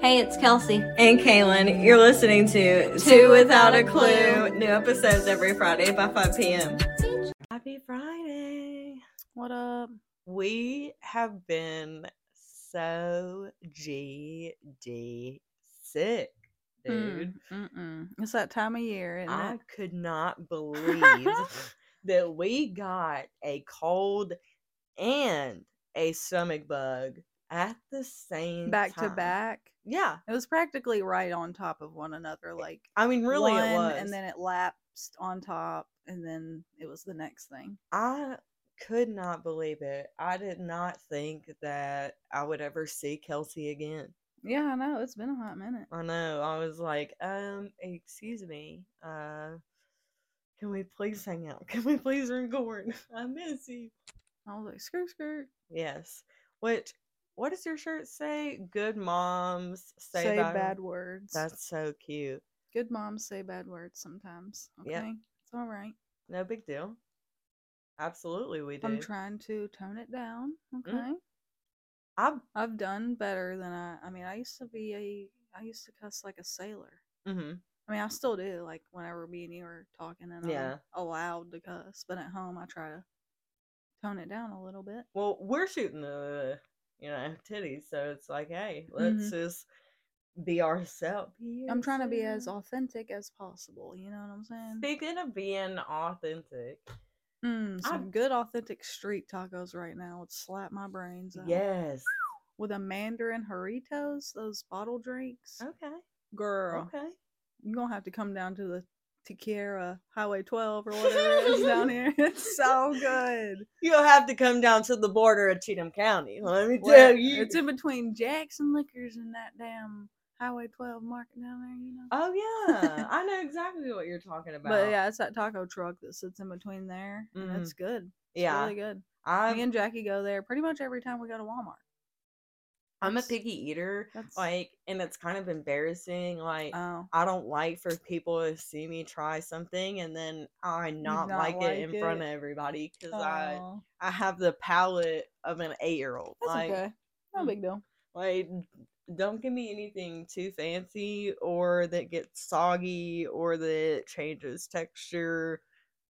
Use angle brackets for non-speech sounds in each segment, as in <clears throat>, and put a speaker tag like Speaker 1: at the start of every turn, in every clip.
Speaker 1: Hey, it's Kelsey.
Speaker 2: And Kaylin, you're listening to Two Without a Clue. New episodes every Friday by 5 p.m. Happy Friday.
Speaker 1: What up?
Speaker 2: We have been so GD sick, dude.
Speaker 1: Hmm. Mm-mm. It's that time of year, Mm, isn't
Speaker 2: I
Speaker 1: it?
Speaker 2: could not believe
Speaker 1: <laughs>
Speaker 2: that we got a cold and a stomach bug at the same
Speaker 1: Back to
Speaker 2: time.
Speaker 1: back.
Speaker 2: Yeah.
Speaker 1: It was practically right on top of one another. Like
Speaker 2: I mean, really,
Speaker 1: one,
Speaker 2: it was.
Speaker 1: and then it lapsed on top, and then it was the next thing.
Speaker 2: I could not believe it. I did not think that I would ever see Kelsey again.
Speaker 1: Yeah, I know. It's been a hot minute.
Speaker 2: I know. I was like, um, excuse me. Uh, can we please hang out? <laughs> Can we please record? <laughs> I miss you.
Speaker 1: I was like, skirt, skirt.
Speaker 2: Yes. Which, what does your shirt say? Good moms
Speaker 1: Say,
Speaker 2: say, bad.
Speaker 1: bad words.
Speaker 2: That's so cute.
Speaker 1: Good moms say bad words sometimes. Okay,
Speaker 2: Yep.
Speaker 1: it's all right.
Speaker 2: No big deal. Absolutely, we do. Mm-hmm.
Speaker 1: I'm trying to tone it down. Okay.
Speaker 2: I
Speaker 1: I've done better than I. I mean, I used to be a. I used to cuss like a sailor.
Speaker 2: mm-hmm.
Speaker 1: I mean, I still do. Like whenever me and you are talking, and
Speaker 2: Yeah.
Speaker 1: I'm allowed to cuss, but at home I try to tone it down a little bit.
Speaker 2: well, we're shooting the you know titties, so it's like, hey, let's just be ourselves.
Speaker 1: Mm-hmm. I'm trying to be as authentic as possible. You know what I'm saying?
Speaker 2: Speaking of being authentic,
Speaker 1: Mm,
Speaker 2: I-
Speaker 1: some good authentic street tacos right now would slap my brains out.
Speaker 2: yes.
Speaker 1: With a mandarin Haritos, those bottle drinks.
Speaker 2: Okay.
Speaker 1: Girl,
Speaker 2: Oh, Okay.
Speaker 1: you're gonna have to come down to the Tequila Highway 12 or
Speaker 2: <laughs>
Speaker 1: whatever it is down here. It's so good.
Speaker 2: You'll have to come down to the border of Cheatham County. Let me
Speaker 1: Well,
Speaker 2: tell you. <laughs>
Speaker 1: It's in between Jackson Liquors and that damn Highway 12 market down there, you know.
Speaker 2: oh yeah, I know exactly what you're talking about.
Speaker 1: But yeah, it's that taco truck that sits in between there. and
Speaker 2: Mhm.
Speaker 1: It's good. It's
Speaker 2: yeah.
Speaker 1: really good.
Speaker 2: I'm,
Speaker 1: Me and Jackie go there pretty much every time we go to Walmart.
Speaker 2: I'm a
Speaker 1: that's-
Speaker 2: picky eater,
Speaker 1: That's
Speaker 2: like, and it's kind of embarrassing. Like,
Speaker 1: oh,
Speaker 2: I don't like for people to see me try something and then I not,
Speaker 1: not
Speaker 2: like, it in
Speaker 1: like
Speaker 2: front
Speaker 1: it?
Speaker 2: of everybody because I
Speaker 1: oh,
Speaker 2: I have the palate of an eight year old.
Speaker 1: that's
Speaker 2: Like,
Speaker 1: okay. No
Speaker 2: mm.
Speaker 1: big deal.
Speaker 2: like don't give me anything too fancy or that gets soggy or that changes texture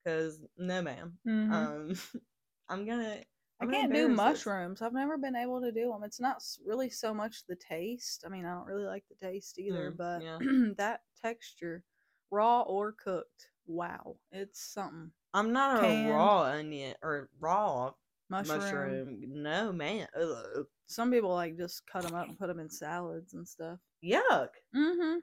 Speaker 2: because no ma'am
Speaker 1: Mhm.
Speaker 2: um <laughs> i'm gonna
Speaker 1: I
Speaker 2: I'm gonna
Speaker 1: can't do
Speaker 2: embarrass us.
Speaker 1: mushrooms. I've never been able to do them. It's not s- really so much the taste. I mean, I don't really like the taste either,
Speaker 2: Mm,
Speaker 1: but
Speaker 2: yeah.
Speaker 1: <clears throat> that texture, raw or cooked, wow, it's something.
Speaker 2: i'm not a
Speaker 1: Canned
Speaker 2: raw onion or raw
Speaker 1: Mushroom.
Speaker 2: mushroom, no man Ugh.
Speaker 1: Some people like just cut them up and put them in salads and stuff.
Speaker 2: yuck
Speaker 1: Mm-hmm.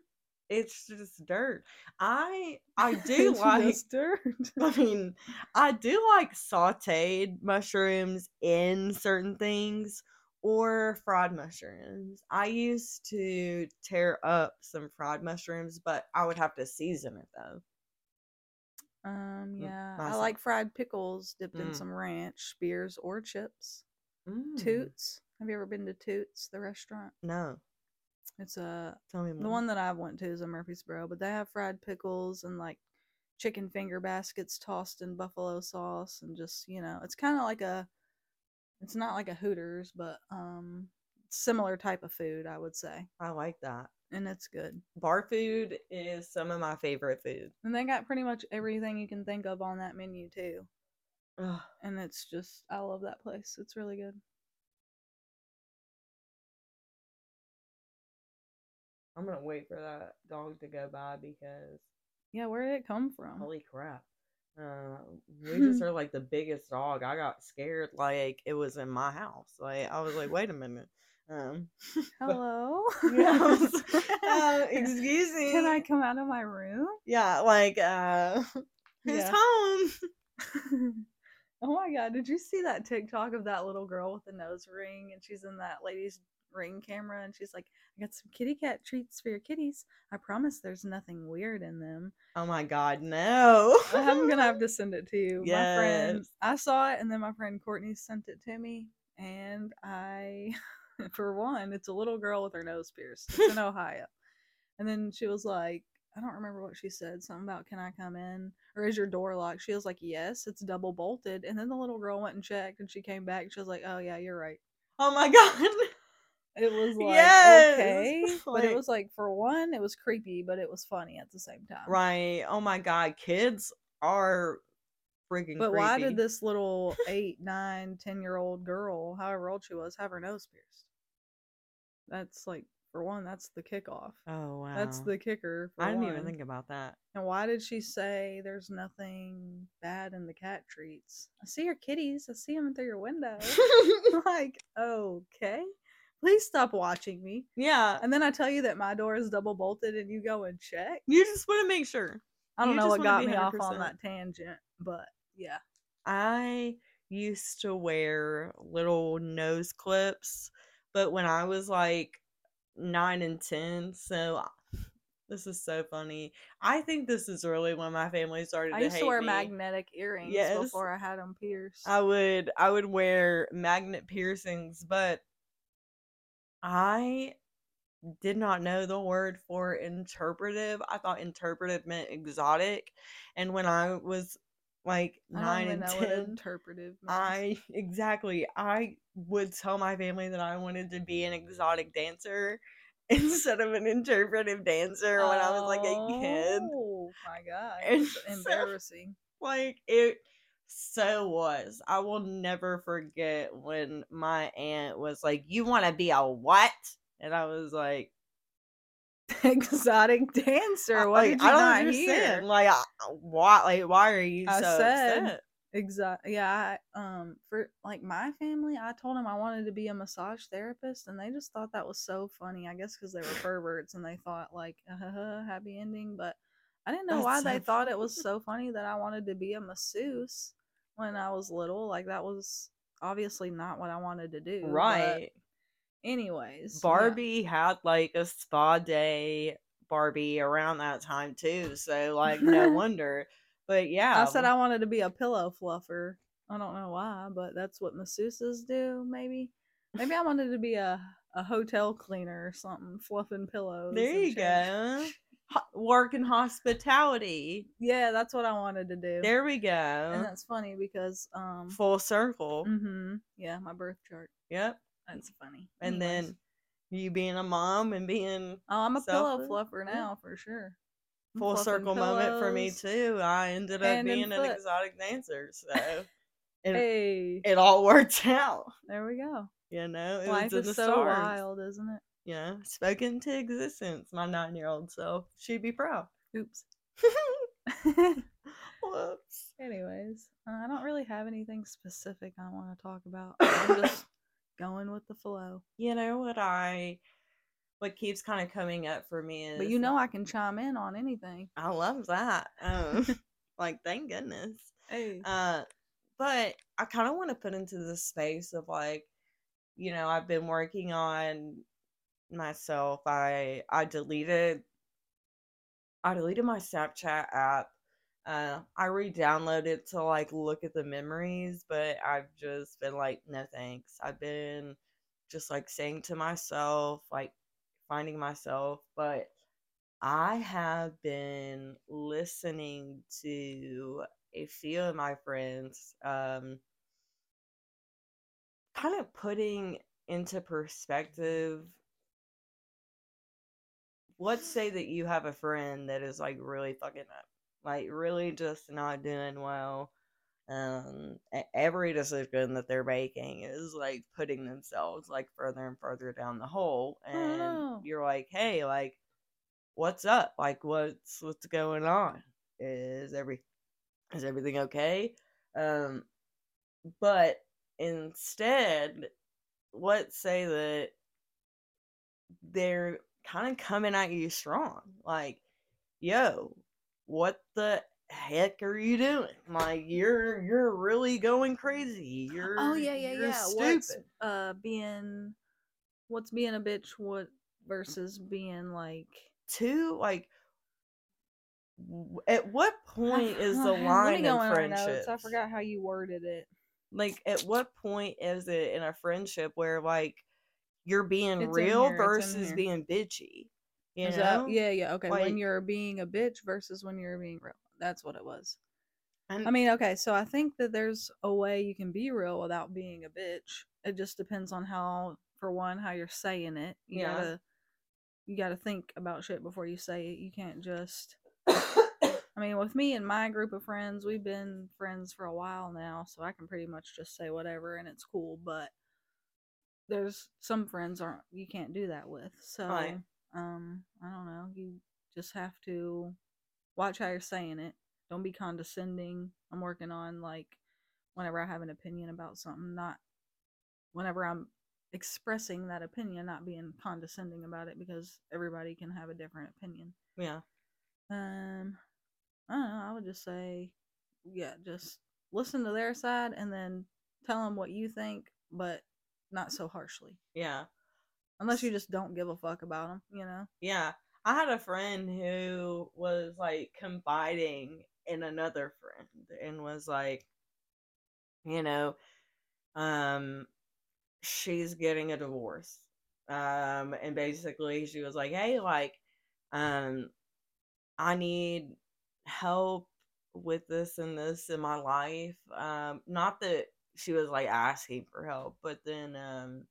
Speaker 2: it's just dirt i <laughs>
Speaker 1: <laughs>
Speaker 2: i do like
Speaker 1: dirt.
Speaker 2: <laughs> I mean, I do like sauteed mushrooms in certain things or fried mushrooms. I used to tear up some fried mushrooms, but I would have to season it though.
Speaker 1: <laughs> Um, yeah, I
Speaker 2: myself.
Speaker 1: like fried pickles dipped in
Speaker 2: Mm.
Speaker 1: some ranch, spears, or chips. Mm. Toots. Have you ever been to Toots, the restaurant?
Speaker 2: No.
Speaker 1: It's a
Speaker 2: Tell me more.
Speaker 1: The one that I went to is in Murfreesboro, but they have fried pickles and like chicken finger baskets tossed in buffalo sauce and just, you know, it's kind of like a it's not like a Hooters, but um similar type of food, I would say.
Speaker 2: I like that.
Speaker 1: And it's good.
Speaker 2: Bar food is some of my favorite food.
Speaker 1: And they got pretty much everything you can think of on that menu too.
Speaker 2: Ugh.
Speaker 1: And it's just I love that place. It's really good.
Speaker 2: I'm gonna wait for that dog to go by because
Speaker 1: Yeah, where did it come from?
Speaker 2: holy crap. Uh, we
Speaker 1: <laughs>
Speaker 2: just are like the biggest dog. I got scared like it was in my house. Like I was like, wait a minute. Um, <laughs>
Speaker 1: Hello. <laughs>
Speaker 2: yeah, I was- uh, <laughs> excuse me.
Speaker 1: Can I come out of my room?
Speaker 2: Yeah, like uh, <laughs> who's
Speaker 1: Yeah.
Speaker 2: home?
Speaker 1: <laughs> oh my god, did you see that TikTok of that little girl with the nose ring and she's in that lady's ring camera and she's like, I got some kitty cat treats for your kitties. I promise there's nothing weird in them.
Speaker 2: Oh my God, no!
Speaker 1: I'm gonna
Speaker 2: <laughs>
Speaker 1: have to send it to you. My friend
Speaker 2: Yes.
Speaker 1: I saw it and then my friend Courtney sent it to me and I <laughs> for one, it's a little girl with her nose pierced. It's
Speaker 2: <laughs>
Speaker 1: in Ohio. And then she was like, I don't remember what she said. Something about can I come in? Or is your door locked? She was like, Yes, it's double bolted. And then the little girl went and checked and she came back and she was like, Oh yeah, you're right.
Speaker 2: Oh my God!
Speaker 1: It was like
Speaker 2: Yes!
Speaker 1: okay,
Speaker 2: <laughs>
Speaker 1: but
Speaker 2: Like-
Speaker 1: it was like for one, it was creepy, but it was funny at the same time.
Speaker 2: Right. Oh my God. Kids are freaking
Speaker 1: But why
Speaker 2: creepy.
Speaker 1: did this
Speaker 2: <laughs>
Speaker 1: little eight, nine, ten year old girl, however old she was, have her nose pierced? That's like for one, that's the kickoff.
Speaker 2: Oh, wow.
Speaker 1: That's the kicker. For
Speaker 2: I didn't
Speaker 1: one.
Speaker 2: even think about that.
Speaker 1: And why did she say there's nothing bad in the cat treats? I see your kitties. I see them through your window.
Speaker 2: <laughs>
Speaker 1: <laughs> like, okay, please stop watching me.
Speaker 2: yeah.
Speaker 1: And then I tell you that my door is double bolted, and you go and check.
Speaker 2: You just want to make sure.
Speaker 1: I don't
Speaker 2: You
Speaker 1: know
Speaker 2: just
Speaker 1: what
Speaker 2: wanna
Speaker 1: got
Speaker 2: be
Speaker 1: me off on
Speaker 2: 100%.
Speaker 1: that tangent, but yeah.
Speaker 2: I used to wear little nose clips, but when I was like nine and 10, so I- this is so funny. I think this is really when my family started
Speaker 1: I
Speaker 2: to
Speaker 1: used to
Speaker 2: hate
Speaker 1: wear
Speaker 2: me.
Speaker 1: magnetic earrings
Speaker 2: Yes.
Speaker 1: before I had them pierced.
Speaker 2: I would I would wear magnet piercings, but I did not know the word for interpretive. I thought interpretive meant exotic, and when I was like
Speaker 1: I don't
Speaker 2: nine
Speaker 1: even
Speaker 2: and
Speaker 1: know
Speaker 2: ten,
Speaker 1: what interpretive means.
Speaker 2: I <laughs> exactly I would tell my family that I wanted to be an exotic dancer <laughs> instead of an interpretive dancer when I was like a kid.
Speaker 1: Oh my god,
Speaker 2: And
Speaker 1: it's
Speaker 2: <laughs> so-
Speaker 1: embarrassing. <laughs>
Speaker 2: like it so was i will never forget when my aunt was like you want to be a what and i was like
Speaker 1: Exotic dancer. What
Speaker 2: like,
Speaker 1: did you
Speaker 2: i don't
Speaker 1: not
Speaker 2: understand
Speaker 1: hear?
Speaker 2: like I, why like why are you
Speaker 1: I
Speaker 2: so
Speaker 1: said-
Speaker 2: upset
Speaker 1: Exact. Yeah. I, um. For like my family, I told them I wanted to be a massage therapist, and they just thought that was so funny. I guess because they were perverts and they thought like, <laughs> uh, happy ending. But I didn't know
Speaker 2: That's
Speaker 1: why
Speaker 2: so
Speaker 1: they thought it
Speaker 2: <laughs>
Speaker 1: was
Speaker 2: funny.
Speaker 1: so funny that I wanted to be a masseuse when I was little. Like that was obviously not what I wanted to do. but
Speaker 2: right
Speaker 1: anyways, yeah.
Speaker 2: barbie had like a spa day barbie around that time too so
Speaker 1: <laughs>
Speaker 2: like no wonder but yeah
Speaker 1: I said I wanted to be a pillow fluffer. I don't know why, but that's what masseuses do. Maybe, maybe I wanted to be a a hotel cleaner or something, fluffing pillows.
Speaker 2: there
Speaker 1: and
Speaker 2: you
Speaker 1: shit.
Speaker 2: go Ho- work in hospitality
Speaker 1: Yeah, that's what I wanted to do.
Speaker 2: There we go.
Speaker 1: and that's funny because um,
Speaker 2: Full circle.
Speaker 1: hmm yeah, my birth chart.
Speaker 2: Yep.
Speaker 1: That's funny.
Speaker 2: And
Speaker 1: Anyways.
Speaker 2: then you being a mom and being
Speaker 1: oh, I'm a pillow
Speaker 2: self-
Speaker 1: fluffer
Speaker 2: yeah.
Speaker 1: now for sure. I'm
Speaker 2: full
Speaker 1: fluffing
Speaker 2: circle moment for me
Speaker 1: pillows.
Speaker 2: too. I ended up
Speaker 1: hand and
Speaker 2: being an
Speaker 1: foot.
Speaker 2: exotic dancer,
Speaker 1: <laughs>
Speaker 2: so it,
Speaker 1: Hey,
Speaker 2: it all worked <laughs> out.
Speaker 1: there we go.
Speaker 2: You know, it
Speaker 1: Life
Speaker 2: was in the
Speaker 1: is so
Speaker 2: stars.
Speaker 1: wild, isn't it?
Speaker 2: Yeah, spoken to existence. My nine-year-old self, she'd be proud. <laughs>
Speaker 1: Oops. <laughs>
Speaker 2: Whoops.
Speaker 1: Anyways, uh, I don't really have anything specific I want to talk about. <coughs> I'm just going with the flow.
Speaker 2: You know what I? What keeps kind of coming up for me is,
Speaker 1: But you know, I can chime in on anything.
Speaker 2: I love that. Um, <laughs> like, thank goodness.
Speaker 1: Hey,
Speaker 2: Uh, but I kind of want to put into the space of like, you know, I've been working on myself. I I deleted I deleted my Snapchat app. Uh, I re-downloaded to like look at the memories, but I've just been like, no thanks. I've been just like saying to myself, like finding myself, but I have been listening to a few of my friends um kind of putting into perspective let's say that you have a friend that is like really fucking up like really just not doing well um e- every decision that they're making is like putting themselves like further and further down the hole and
Speaker 1: no.
Speaker 2: you're like hey like what's up like what's what's going on is every is everything okay um but instead let's say that they're kind of coming at you strong like yo what the heck are you doing like you're you're really going crazy you're
Speaker 1: oh yeah, yeah,
Speaker 2: you're
Speaker 1: yeah.
Speaker 2: stupid.
Speaker 1: What's uh being, what's being a bitch? What versus being like?
Speaker 2: two like w- at
Speaker 1: <sighs>
Speaker 2: what
Speaker 1: I
Speaker 2: point is
Speaker 1: f-
Speaker 2: the
Speaker 1: let me
Speaker 2: line
Speaker 1: go
Speaker 2: in
Speaker 1: our notes.
Speaker 2: friendship
Speaker 1: I forgot how you worded it.
Speaker 2: like at what point is it in a friendship where like you're being
Speaker 1: It's in
Speaker 2: real
Speaker 1: here, it's in
Speaker 2: versus
Speaker 1: here.
Speaker 2: being bitchy you
Speaker 1: Is
Speaker 2: know
Speaker 1: that- yeah, yeah. Okay,
Speaker 2: Like-
Speaker 1: when you're being a bitch versus when you're being real. That's what it was.
Speaker 2: And-
Speaker 1: I mean, okay, so I think that there's a way you can be real without being a bitch. It just depends on how for one, how you're saying it. You
Speaker 2: Yeah.
Speaker 1: gotta you gotta think about shit before you say it. You can't just I mean, with me and my group of friends, we've been friends for a while now, so I can pretty much just say whatever and it's cool, but there's some friends aren't you can't do that with. So
Speaker 2: Right.
Speaker 1: um I don't know. You just have to watch how you're saying it. Don't be condescending. I'm working on like whenever I have an opinion about something, not whenever I'm expressing that opinion, not being condescending about it because everybody can have a different opinion.
Speaker 2: yeah.
Speaker 1: Um, I don't know. I would just say, yeah, just listen to their side and then tell them what you think, but not so harshly.
Speaker 2: Yeah.
Speaker 1: Unless you just don't give a fuck about them, you know?
Speaker 2: Yeah. I had a friend who was like confiding in another friend and was like, you know, um, she's getting a divorce. Um, and basically she was like, hey, like, um, I need help with this and this in my life. Um, not that she was like asking for help, but then, um,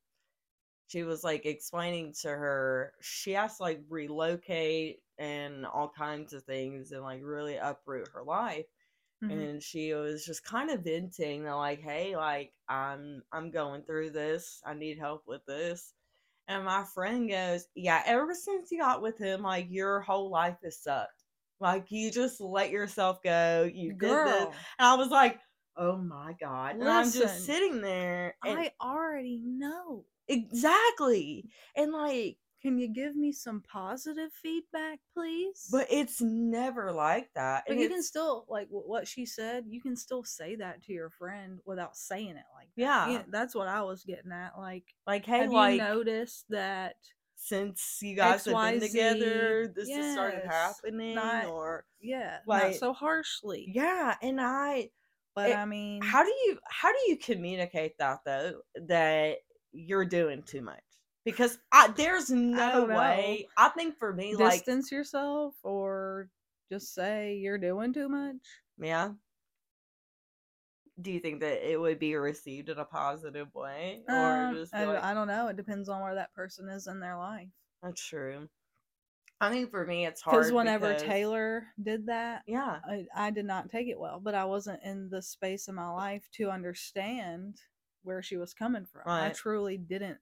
Speaker 2: she was like explaining to her she has to like relocate and all kinds of things and like really uproot her life
Speaker 1: Mhm.
Speaker 2: and she was just kind of venting that like hey like i'm i'm going through this i need help with this and my friend goes yeah ever since you got with him like your whole life has sucked like you just let yourself go you did this
Speaker 1: Girl,
Speaker 2: and i was like oh my god and i'm
Speaker 1: Listen,
Speaker 2: just sitting there and
Speaker 1: I already know.
Speaker 2: exactly and like
Speaker 1: Can you give me some positive feedback, please?
Speaker 2: But it's never like that.
Speaker 1: But
Speaker 2: and
Speaker 1: you can
Speaker 2: it's-
Speaker 1: still like wh- what she said. You can still say that to your friend without saying it like that.
Speaker 2: yeah,
Speaker 1: You- that's what I was getting at. Like,
Speaker 2: like hey,
Speaker 1: have
Speaker 2: like
Speaker 1: you noticed that
Speaker 2: since you guys have been
Speaker 1: XYZ,
Speaker 2: together, this has started
Speaker 1: yes,
Speaker 2: happening,
Speaker 1: not-
Speaker 2: or
Speaker 1: yeah,
Speaker 2: Like-
Speaker 1: not so harshly.
Speaker 2: yeah. And I,
Speaker 1: but
Speaker 2: it-
Speaker 1: I mean,
Speaker 2: how do you, how do you communicate that though that you're doing too much? Because I, there's no
Speaker 1: don't know.
Speaker 2: way. I think for me, like
Speaker 1: distance yourself or just say you're doing too much?
Speaker 2: yeah. Do you think that it would be received in a positive way, or
Speaker 1: Um,
Speaker 2: just be
Speaker 1: I,
Speaker 2: like,
Speaker 1: I don't know. It depends on where that person is in their life.
Speaker 2: that's true? I think for me, it's hard
Speaker 1: Because whenever
Speaker 2: because-
Speaker 1: Taylor did that,
Speaker 2: yeah,
Speaker 1: I, I did not take it well, but I wasn't in the space in my life to understand where she was coming from. I
Speaker 2: Right.
Speaker 1: truly didn't.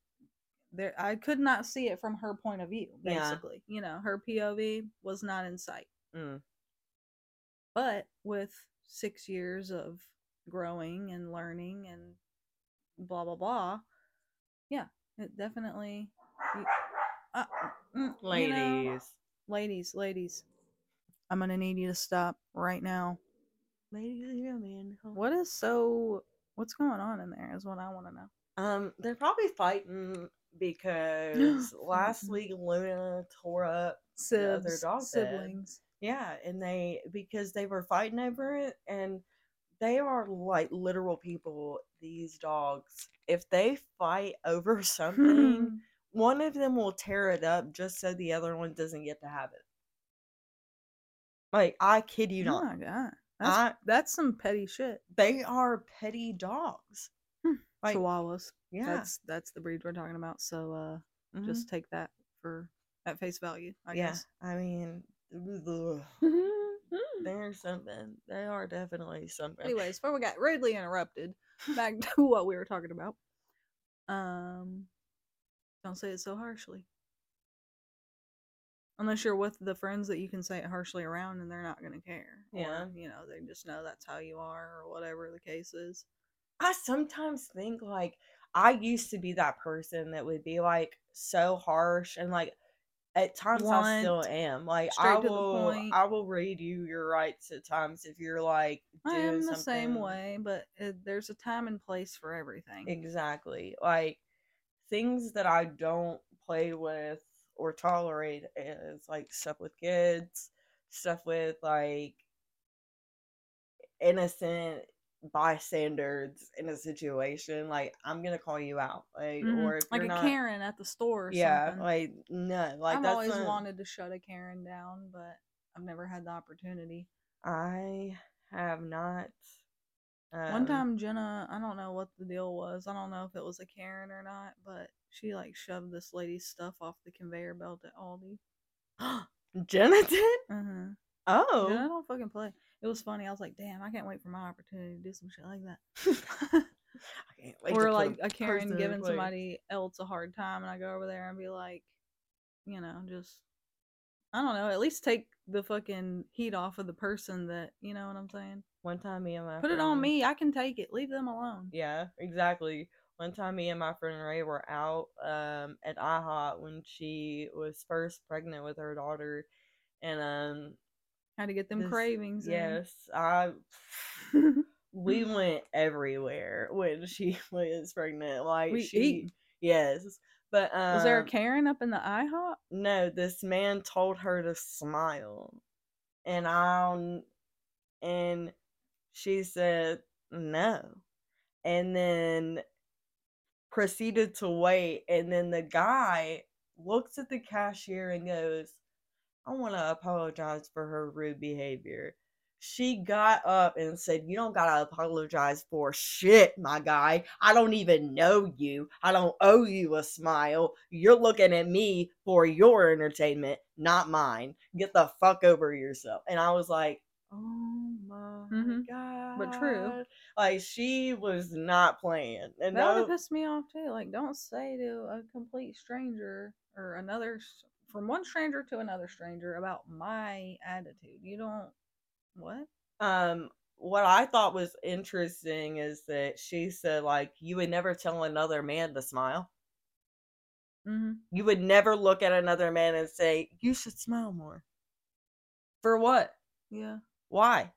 Speaker 1: There, I could not see it from her point of view.
Speaker 2: Yeah.
Speaker 1: Basically, you know, her POV was not in sight.
Speaker 2: Mm.
Speaker 1: But with six years of growing and learning and blah blah blah, yeah, it definitely. y- uh, mm, you
Speaker 2: ladies.
Speaker 1: know, ladies, ladies, I'm gonna need you to stop right now.
Speaker 2: Ladies and gentlemen.
Speaker 1: What is so? What's going on in there? Is what I want to know.
Speaker 2: Um, they're probably fighting
Speaker 1: <laughs>
Speaker 2: because last
Speaker 1: Fighting.
Speaker 2: week Luna tore up. The other
Speaker 1: Sibs,
Speaker 2: dog bed.
Speaker 1: siblings.
Speaker 2: Yeah, and they because they were fighting over it, and they are like literal people. These dogs, if they fight over <laughs>
Speaker 1: Hmm, <laughs>
Speaker 2: something, one of them will tear it up just so the other one doesn't get to have it. Like I kid you
Speaker 1: oh
Speaker 2: not,
Speaker 1: my god, that's,
Speaker 2: I,
Speaker 1: that's some petty shit.
Speaker 2: they are petty dogs.
Speaker 1: Hmm,
Speaker 2: Like
Speaker 1: Chihuahuas.
Speaker 2: yeah,
Speaker 1: That's that's the breed we're talking about. So uh,
Speaker 2: mhm.
Speaker 1: just take that for at face value. I
Speaker 2: yeah,
Speaker 1: guess.
Speaker 2: I mean, ugh,
Speaker 1: Mm-hmm. Mm.
Speaker 2: they're something. They are definitely something.
Speaker 1: Anyways, before we got rudely interrupted,
Speaker 2: <laughs>
Speaker 1: back to what we were talking about. Um, don't say it so harshly. Unless you're with the friends that you can say it harshly around, and they're not gonna care. Or,
Speaker 2: Yeah.
Speaker 1: you know, they just know that's how you are, or whatever the case is.
Speaker 2: I sometimes think like I used to be that person that would be like so harsh and like at times I still
Speaker 1: Blunt,
Speaker 2: am. Like I
Speaker 1: straight to the
Speaker 2: will,
Speaker 1: point.
Speaker 2: I will read you your rights at times if you're like
Speaker 1: I am
Speaker 2: doing
Speaker 1: the same
Speaker 2: something-
Speaker 1: way, but it, there's a time and place for everything.
Speaker 2: Exactly, like things that I don't play with or tolerate is like stuff with kids, stuff with like innocent bystanders in a situation like i'm gonna call you out like
Speaker 1: Mhm.
Speaker 2: or if
Speaker 1: like
Speaker 2: you're
Speaker 1: a
Speaker 2: not
Speaker 1: Karen at the store. Or
Speaker 2: yeah
Speaker 1: something.
Speaker 2: like no like
Speaker 1: I've
Speaker 2: that's
Speaker 1: always
Speaker 2: not-
Speaker 1: wanted to shut a Karen down, but I've never had the opportunity.
Speaker 2: i have not
Speaker 1: One
Speaker 2: um,
Speaker 1: time, Jenna, I don't know what the deal was. I don't know if it was a Karen or not, but She like shoved this lady's stuff off the conveyor belt at Aldi.
Speaker 2: <gasps> Jenna did?
Speaker 1: Uh-huh.
Speaker 2: Oh. <laughs>
Speaker 1: <laughs> Dude, I don't fucking play. It was funny. I was like, damn, I can't wait for my opportunity to do some shit like that.
Speaker 2: I can't wait to
Speaker 1: or
Speaker 2: put
Speaker 1: like
Speaker 2: a
Speaker 1: a Karen
Speaker 2: person
Speaker 1: giving
Speaker 2: like-
Speaker 1: somebody else a hard time, and I go over there and be like, you know, just I don't know. At least take the fucking heat off of the person that you know what I'm saying.
Speaker 2: One time me and my
Speaker 1: Put it on
Speaker 2: friend-
Speaker 1: me. I can take it. Leave them alone.
Speaker 2: Um, Yeah, exactly. One time me and my friend Ray were out um at IHOP when she was first pregnant with her daughter and um
Speaker 1: How to get them
Speaker 2: This-
Speaker 1: cravings? in.
Speaker 2: yes,
Speaker 1: <laughs>
Speaker 2: I we went everywhere when she <laughs> was pregnant. Like
Speaker 1: We
Speaker 2: she
Speaker 1: eat.
Speaker 2: yes. But um
Speaker 1: Was there a Karen up in the IHOP?
Speaker 2: no, this man told her to smile. And I and she said no. And then proceeded to wait and then the guy looks at the cashier and goes, "I want to apologize for her rude behavior." She got up and said, "You don't got to apologize for shit, my guy. I don't even know you. I don't owe you a smile. You're looking at me for your entertainment, not mine. Get the fuck over yourself." And I was like, "Oh my
Speaker 1: Mhm.
Speaker 2: god."
Speaker 1: But true.
Speaker 2: Like she was not playing. And
Speaker 1: That would
Speaker 2: no,
Speaker 1: have pissed me off too. Like, don't say to a complete stranger or another, s- from one stranger to another stranger about my attitude. You don't, what?
Speaker 2: um what I thought was interesting is that she said like you would never tell another man to smile.
Speaker 1: Mm-hmm.
Speaker 2: You would never look at another man and say, You should smile more. For what?
Speaker 1: Yeah.
Speaker 2: Why?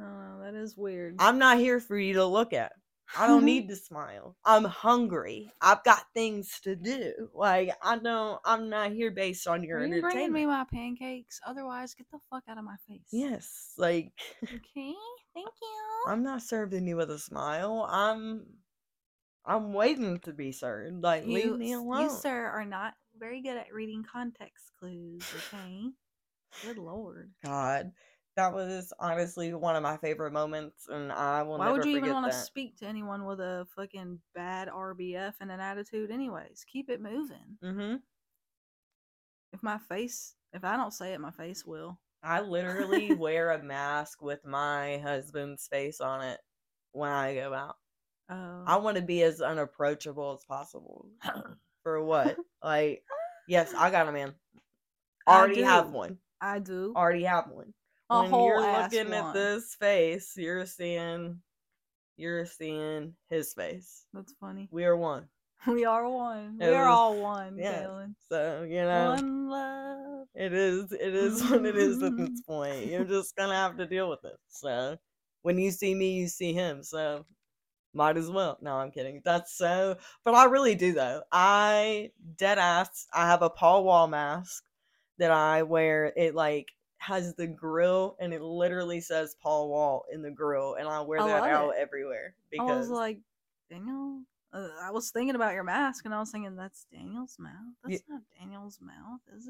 Speaker 1: Oh, that is weird.
Speaker 2: I'm not here for you to look at. I
Speaker 1: Mm-hmm. <laughs>
Speaker 2: don't need to smile. I'm hungry. I've got things to do. Like I don't I'm not here based on your
Speaker 1: Are you bringing
Speaker 2: entertainment.
Speaker 1: me my pancakes? Otherwise, get the fuck out of my face.
Speaker 2: yes. Like
Speaker 1: Okay. Thank you.
Speaker 2: I'm not serving you with a smile. I'm I'm waiting to be served. Like leave me
Speaker 1: s-
Speaker 2: alone.
Speaker 1: You, sir, are not very good at reading context clues. Okay. Good lord.
Speaker 2: God, that was honestly one of my favorite moments, and I will
Speaker 1: Why
Speaker 2: never
Speaker 1: would you even
Speaker 2: forget
Speaker 1: want to
Speaker 2: that.
Speaker 1: speak to anyone with a fucking bad RBF and an attitude, anyways? Keep it moving.
Speaker 2: mm-hmm.
Speaker 1: If my face, if I don't say it, my face will. <laughs>
Speaker 2: I literally wear a mask with my husband's face on it when I go out.
Speaker 1: Oh,
Speaker 2: I want to be as unapproachable as possible. For
Speaker 1: <laughs>
Speaker 2: what? like, yes, I got a man.
Speaker 1: I
Speaker 2: Already have
Speaker 1: do.
Speaker 2: one.
Speaker 1: <coughs> I do.
Speaker 2: Already have one.
Speaker 1: A
Speaker 2: when
Speaker 1: whole
Speaker 2: you're
Speaker 1: ass
Speaker 2: looking
Speaker 1: one.
Speaker 2: at this face, you're seeing you're seeing his face.
Speaker 1: That's funny. <laughs>
Speaker 2: We are one.
Speaker 1: We are one. We
Speaker 2: It
Speaker 1: are
Speaker 2: was-
Speaker 1: all one,
Speaker 2: yes.
Speaker 1: Kaylin.
Speaker 2: So, you know,
Speaker 1: One love.
Speaker 2: it is it is <laughs> what it is
Speaker 1: <laughs>
Speaker 2: at this point. You're just gonna have to deal with it. So when you see me, you see him. So might as well. No, I'm kidding. That's so but I really do though. I dead ass I have a Paul Wall mask that I wear. It like has the grill and it literally says Paul Wall in the grill and I wear
Speaker 1: I
Speaker 2: that
Speaker 1: love
Speaker 2: out
Speaker 1: it.
Speaker 2: everywhere
Speaker 1: I was
Speaker 2: because
Speaker 1: like, Daniel. Uh, I was thinking about your mask, and I was thinking that's Daniel's mouth.
Speaker 2: Ye-
Speaker 1: That's not Daniel's mouth, is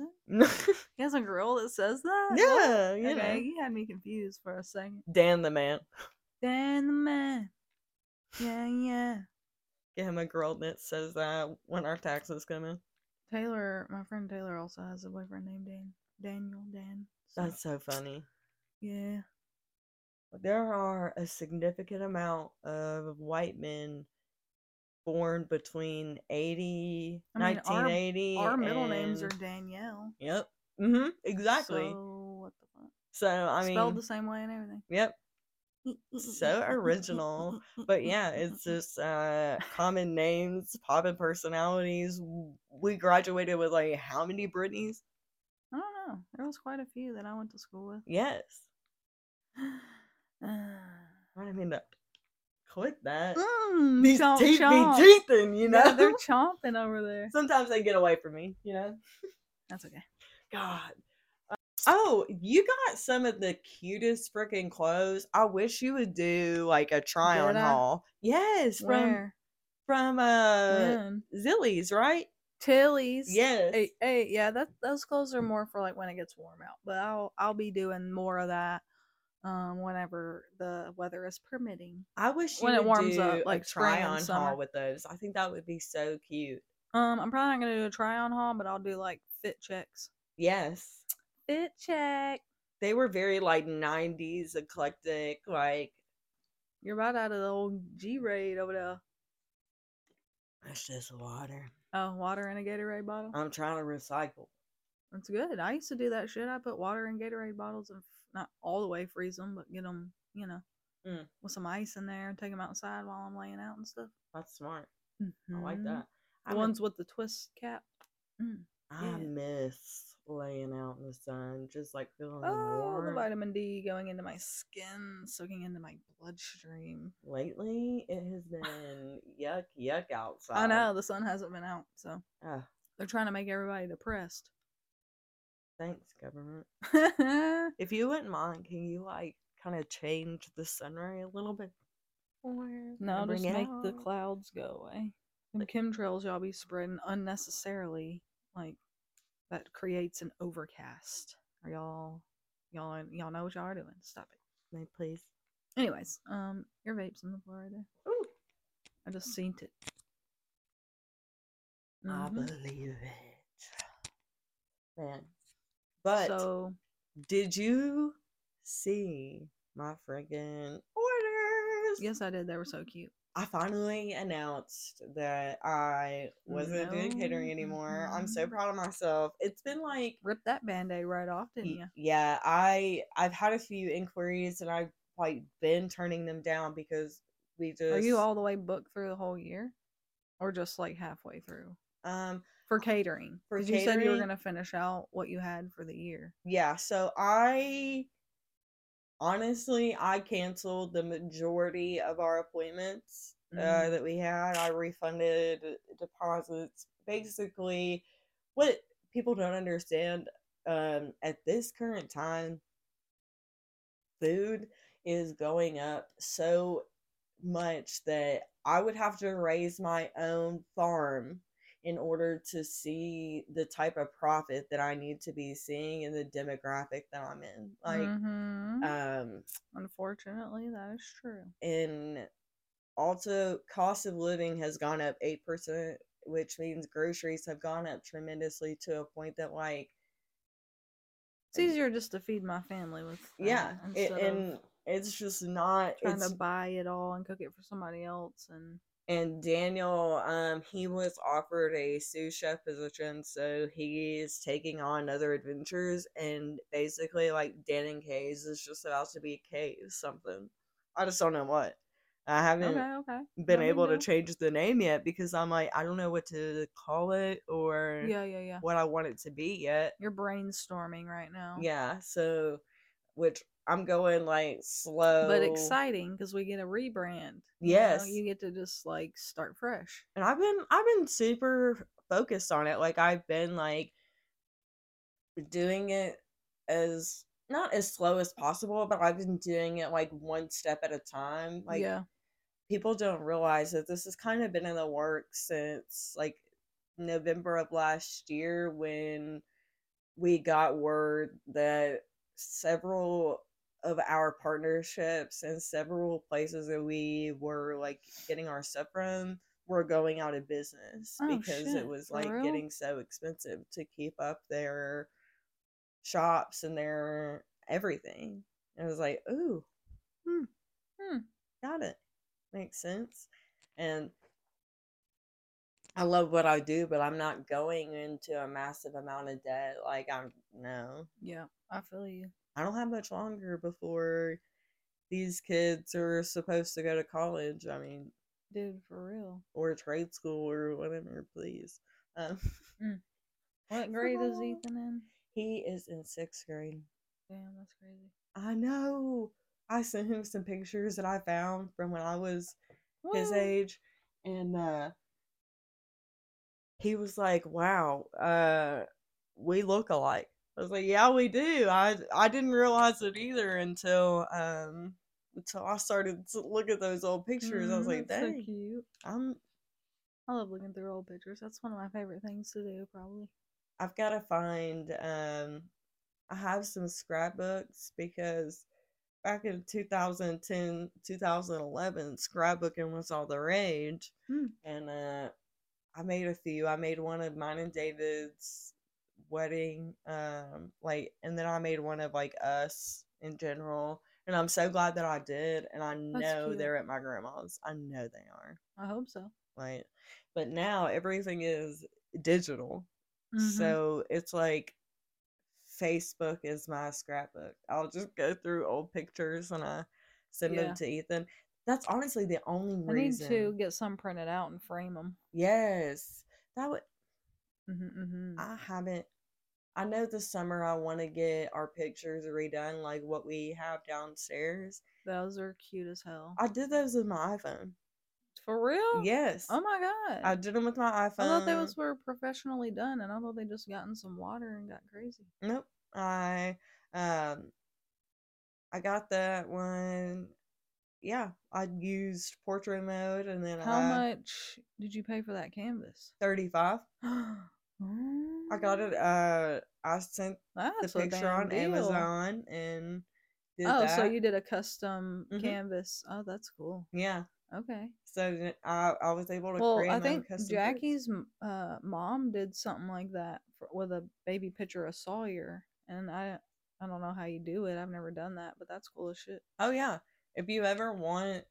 Speaker 1: it? He has a girl that says that. What?
Speaker 2: <laughs> Yeah, you
Speaker 1: okay,
Speaker 2: know.
Speaker 1: you had me confused for a second.
Speaker 2: Dan the man.
Speaker 1: Dan the man. Yeah, yeah.
Speaker 2: Get him a girl that says that when our taxes come in.
Speaker 1: Taylor, my friend Taylor also has a boyfriend named Dan. Daniel, Dan. so-
Speaker 2: That's so funny.
Speaker 1: yeah.
Speaker 2: There are a significant amount of white men born between 80,
Speaker 1: I mean, our-
Speaker 2: 1980.
Speaker 1: Our middle names are
Speaker 2: and-
Speaker 1: Danielle.
Speaker 2: Yep. Mm-hmm. Exactly. So,
Speaker 1: So what the fuck?
Speaker 2: I mean,
Speaker 1: Spelled the same way and everything.
Speaker 2: yep. So original,
Speaker 1: <laughs>
Speaker 2: But yeah, it's just uh, common names, poppin' personalities. W- We graduated with like how many Britneys?
Speaker 1: I don't know. There was quite a few that I went to school with.
Speaker 2: Yes.
Speaker 1: Mm,
Speaker 2: I mean, that. Quit <sighs> that. These
Speaker 1: These
Speaker 2: teeth be teething, you know?
Speaker 1: Mm, they're chomping over there.
Speaker 2: <laughs> Sometimes they get away from me, you know?
Speaker 1: That's okay.
Speaker 2: God. Uh, Oh, you got some of the cutest freaking clothes. I wish you would do like a try on
Speaker 1: I?
Speaker 2: haul. Yes, from
Speaker 1: Where?
Speaker 2: from uh
Speaker 1: When?
Speaker 2: Zilly's, right?
Speaker 1: Tilly's.
Speaker 2: Yes.
Speaker 1: Hey, hey, yeah, that those clothes are more for like when it gets warm out. But I'll I'll be doing more of that um whenever the weather is permitting.
Speaker 2: I wish you
Speaker 1: when it
Speaker 2: would
Speaker 1: warms
Speaker 2: do
Speaker 1: up,
Speaker 2: a
Speaker 1: like spring and
Speaker 2: try on
Speaker 1: summer.
Speaker 2: haul with those. I think that would be so cute.
Speaker 1: Um, I'm probably not gonna do a try on haul, but I'll do like fit checks.
Speaker 2: Yes.
Speaker 1: Fit check.
Speaker 2: They were very like 90s eclectic, like
Speaker 1: You're right out of the old G raid over there.
Speaker 2: that's just water.
Speaker 1: Oh, water in a Gatorade bottle.
Speaker 2: I'm trying to recycle.
Speaker 1: That's good. I used to do that shit. I put water in Gatorade bottles and f- not all the way freeze them, but get them, you know,
Speaker 2: Mm.
Speaker 1: with some ice in there and take them outside while I'm laying out and stuff.
Speaker 2: That's smart. I like
Speaker 1: Mhm.
Speaker 2: that.
Speaker 1: The
Speaker 2: I'm a-
Speaker 1: ones with the twist cap. Mm.
Speaker 2: I
Speaker 1: yeah.
Speaker 2: miss laying out in the sun, just like feeling
Speaker 1: Oh, the
Speaker 2: warm.
Speaker 1: vitamin D going into my skin, soaking into my bloodstream.
Speaker 2: Lately, it has been yuck, yuck outside.
Speaker 1: I know the sun hasn't been out, so
Speaker 2: Ah,
Speaker 1: they're trying to make everybody depressed. <laughs>
Speaker 2: thanks, government.
Speaker 1: well,
Speaker 2: If you wouldn't mind, can you like kind of change the sun ray a little bit? Or
Speaker 1: no, just make the
Speaker 2: cloud.
Speaker 1: clouds go away. Them chemtrails y'all be spreading unnecessarily, like that creates an overcast. Are y'all, y'all, y'all know what y'all are doing. Stop it.
Speaker 2: May please.
Speaker 1: Anyways, um, your vapes on the floor right there.
Speaker 2: Ooh,
Speaker 1: I just seen it.
Speaker 2: I
Speaker 1: Mhm.
Speaker 2: believe it, man. But
Speaker 1: <laughs> so
Speaker 2: did you see my freaking orders?
Speaker 1: yes, I did. They were so cute.
Speaker 2: I finally announced that I wasn't doing catering
Speaker 1: No.
Speaker 2: anymore. I'm so
Speaker 1: Mhm.
Speaker 2: proud of myself. It's been like
Speaker 1: Rip that band aid right off, didn't you?
Speaker 2: y- yeah, I I've had a few inquiries and I've like been turning them down because we just
Speaker 1: Are you all the way booked through the whole year, or just like halfway through
Speaker 2: um
Speaker 1: for catering?
Speaker 2: For
Speaker 1: Because you said you were
Speaker 2: catering-
Speaker 1: gonna finish out what you had for the year.
Speaker 2: yeah, so I honestly I canceled the majority of our appointments uh,
Speaker 1: Mm.
Speaker 2: that we had. I refunded deposits. Basically, what people don't understand um, at this current time, food is going up so much that I would have to raise my own farm in order to see the type of profit that I need to be seeing in the demographic that I'm in. Like,
Speaker 1: Mhm.
Speaker 2: um,
Speaker 1: unfortunately, that is true.
Speaker 2: and also cost of living has gone up 8% which means groceries have gone up tremendously to a point that like
Speaker 1: It's easier just to feed my family with that
Speaker 2: yeah it,
Speaker 1: Uh, instead of
Speaker 2: and it's just not
Speaker 1: trying
Speaker 2: it's
Speaker 1: to buy it all and cook it for somebody else and
Speaker 2: and Daniel, um, he was offered a sous chef position, so he's taking on other adventures. And basically, like Dan and Kay's is just about to be K something. I just don't know what. I haven't
Speaker 1: okay, okay.
Speaker 2: been
Speaker 1: no big
Speaker 2: able to
Speaker 1: deal.
Speaker 2: change the name yet because I'm like, I don't know what to call it or
Speaker 1: Yeah, yeah, yeah.
Speaker 2: what I want it to be yet.
Speaker 1: You're brainstorming right now.
Speaker 2: Yeah, so which I'm going like slow,
Speaker 1: But exciting because we get a rebrand. you know?
Speaker 2: Yes.
Speaker 1: You get to just like start fresh.
Speaker 2: and I've been I've been super focused on it. Like I've been like doing it as not as slow as possible, but I've been doing it like one step at a time. Like
Speaker 1: yeah.
Speaker 2: people don't realize that this has kind of been in the works since like November of last year when we got word that several of our partnerships and several places that we were like getting our stuff from were going out of business
Speaker 1: Oh,
Speaker 2: because
Speaker 1: shit,
Speaker 2: it was
Speaker 1: for
Speaker 2: like
Speaker 1: real?
Speaker 2: getting so expensive to keep up their shops and their everything. And it was like, ooh, hmm,
Speaker 1: Hmm.
Speaker 2: got it. Makes sense. And I love what I do, but I'm not going into a massive amount of debt. Like I'm no,
Speaker 1: Yeah. I feel you.
Speaker 2: I don't have much longer before these kids are supposed to go to college. I mean,
Speaker 1: Dude, for real.
Speaker 2: or trade school or whatever. Please, um,
Speaker 1: What grade is
Speaker 2: real.
Speaker 1: Ethan in?
Speaker 2: he is in sixth grade.
Speaker 1: Damn, that's crazy.
Speaker 2: I know. I sent him some pictures that I found from when I was his
Speaker 1: Woo!
Speaker 2: age and uh he was like wow uh we look alike i was like yeah we do i i didn't realize it either until um until i started to look at those old pictures i was
Speaker 1: Mhm,
Speaker 2: like
Speaker 1: that's
Speaker 2: dang
Speaker 1: so cute.
Speaker 2: i'm
Speaker 1: I love looking through old pictures. That's one of my favorite things to do, probably.
Speaker 2: i've got to find um i have some scrapbooks because back in 2010 2011 scrapbooking was all the rage
Speaker 1: Hmm.
Speaker 2: and uh I made a few. I made one of mine and David's wedding, um, like, and then I made one of like us in general. And I'm so glad that I did. And I know
Speaker 1: cute.
Speaker 2: they're at my grandma's. I know they are.
Speaker 1: I hope so.
Speaker 2: Like, but now everything is digital.
Speaker 1: Mhm.
Speaker 2: So it's like Facebook is my scrapbook. I'll just go through old pictures and I send
Speaker 1: Yeah.
Speaker 2: them to Ethan. That's honestly the only
Speaker 1: Mm-hmm. I need
Speaker 2: reason.
Speaker 1: to get some printed out and frame them.
Speaker 2: Yes. That would
Speaker 1: hmm hmm
Speaker 2: I haven't I know this summer I want to get our pictures redone like what we have downstairs.
Speaker 1: Those are cute as hell.
Speaker 2: I did those with my iPhone.
Speaker 1: For real?
Speaker 2: Yes.
Speaker 1: Oh my god.
Speaker 2: I did them with my
Speaker 1: I
Speaker 2: iPhone.
Speaker 1: thought those were professionally done, and I thought they just gotten some water and got crazy.
Speaker 2: Nope. I um I got that one. Yeah, I used portrait mode and then
Speaker 1: How
Speaker 2: I
Speaker 1: much did you pay for that canvas? <gasps>
Speaker 2: 35. I
Speaker 1: I
Speaker 2: got it uh I sent the
Speaker 1: <gasps> That's a
Speaker 2: picture
Speaker 1: damn
Speaker 2: on
Speaker 1: deal.
Speaker 2: Amazon and did
Speaker 1: Oh,
Speaker 2: that.
Speaker 1: so you did a custom
Speaker 2: Mhm.
Speaker 1: canvas. Oh, that's cool.
Speaker 2: yeah.
Speaker 1: Okay.
Speaker 2: So then I I was able to
Speaker 1: Well,
Speaker 2: create
Speaker 1: I
Speaker 2: my own
Speaker 1: think
Speaker 2: custom pics.
Speaker 1: Jackie's m- uh, mom did something like that for, with a baby picture of Sawyer, and I I don't know how you do it. I've never done that, but that's cool as shit.
Speaker 2: Oh yeah. If you ever want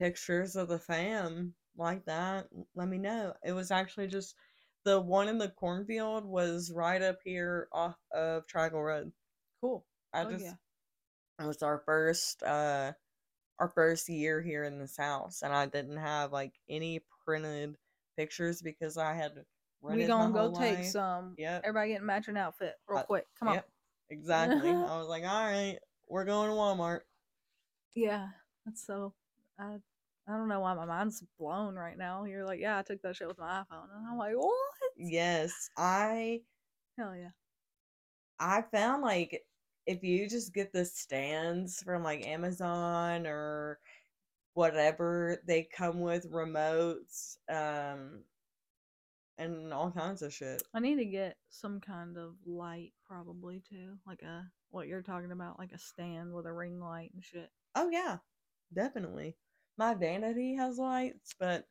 Speaker 2: pictures of the fam like that, l- let me know. It was actually just the one in the cornfield was right up here off of Triangle Road.
Speaker 1: Cool.
Speaker 2: I
Speaker 1: Oh,
Speaker 2: just
Speaker 1: yeah.
Speaker 2: it was our first uh our first year here in this house and I didn't have like any printed pictures because I had
Speaker 1: we
Speaker 2: rented my
Speaker 1: gonna go
Speaker 2: whole
Speaker 1: take
Speaker 2: life.
Speaker 1: some.
Speaker 2: Yep.
Speaker 1: Everybody get matching outfit real
Speaker 2: Uh,
Speaker 1: quick. Come on.
Speaker 2: yep.
Speaker 1: <laughs>
Speaker 2: Exactly. I was like, all right, we're going to Walmart.
Speaker 1: Yeah. That's so. I I don't know why my mind's blown right now. You're like, yeah, I took that shit with my iPhone, and I'm like, what?
Speaker 2: Yes. I
Speaker 1: Hell yeah.
Speaker 2: I found like if you just get the stands from like Amazon or whatever, they come with remotes um and all kinds of shit.
Speaker 1: I need to get some kind of light, probably too, like a what you're talking about, like a stand with a ring light and shit.
Speaker 2: Oh yeah, definitely. My vanity has lights, but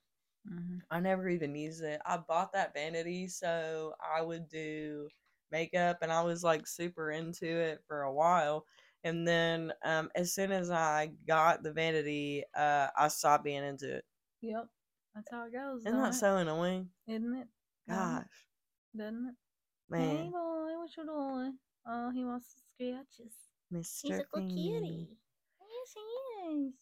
Speaker 1: Mm-hmm.
Speaker 2: I never even used it. I bought that vanity so I would do makeup and I was like super into it for a while. And then um, as soon as I got the vanity, uh, I stopped being into it.
Speaker 1: Yep, that's how it goes.
Speaker 2: Isn't
Speaker 1: don't
Speaker 2: that
Speaker 1: it?
Speaker 2: so annoying?
Speaker 1: Isn't it?
Speaker 2: Gosh,
Speaker 1: Um, Doesn't it? Hey
Speaker 2: man,
Speaker 1: boy, what you doing? Oh, he wants to scratch us.
Speaker 2: Mr.
Speaker 1: He's a good
Speaker 2: Fanny.
Speaker 1: kitty. Yes, he is.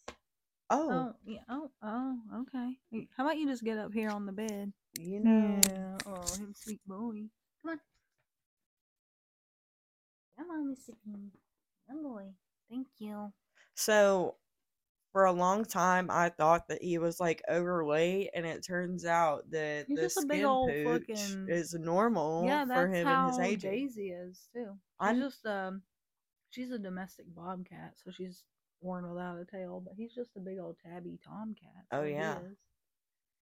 Speaker 2: Oh,
Speaker 1: Oh, yeah. Oh, oh, okay. Y- How about you just get up here on the bed?
Speaker 2: you know,
Speaker 1: Yeah. Oh, him sweet boy. Come on. Come on, Mr. Bean. Good boy. Thank you.
Speaker 2: So for a long time, I thought that he was like overweight, and it turns out that
Speaker 1: He's
Speaker 2: the
Speaker 1: just a
Speaker 2: skin
Speaker 1: big old
Speaker 2: pooch
Speaker 1: fucking-
Speaker 2: is normal
Speaker 1: yeah, that's
Speaker 2: for him and
Speaker 1: how
Speaker 2: his age.
Speaker 1: Daisy is too.
Speaker 2: I'm-
Speaker 1: I'm just um, she's a domestic bobcat, so she's born without a tail. But he's just a big old tabby tomcat. is
Speaker 2: Oh,
Speaker 1: what he
Speaker 2: yeah.
Speaker 1: is.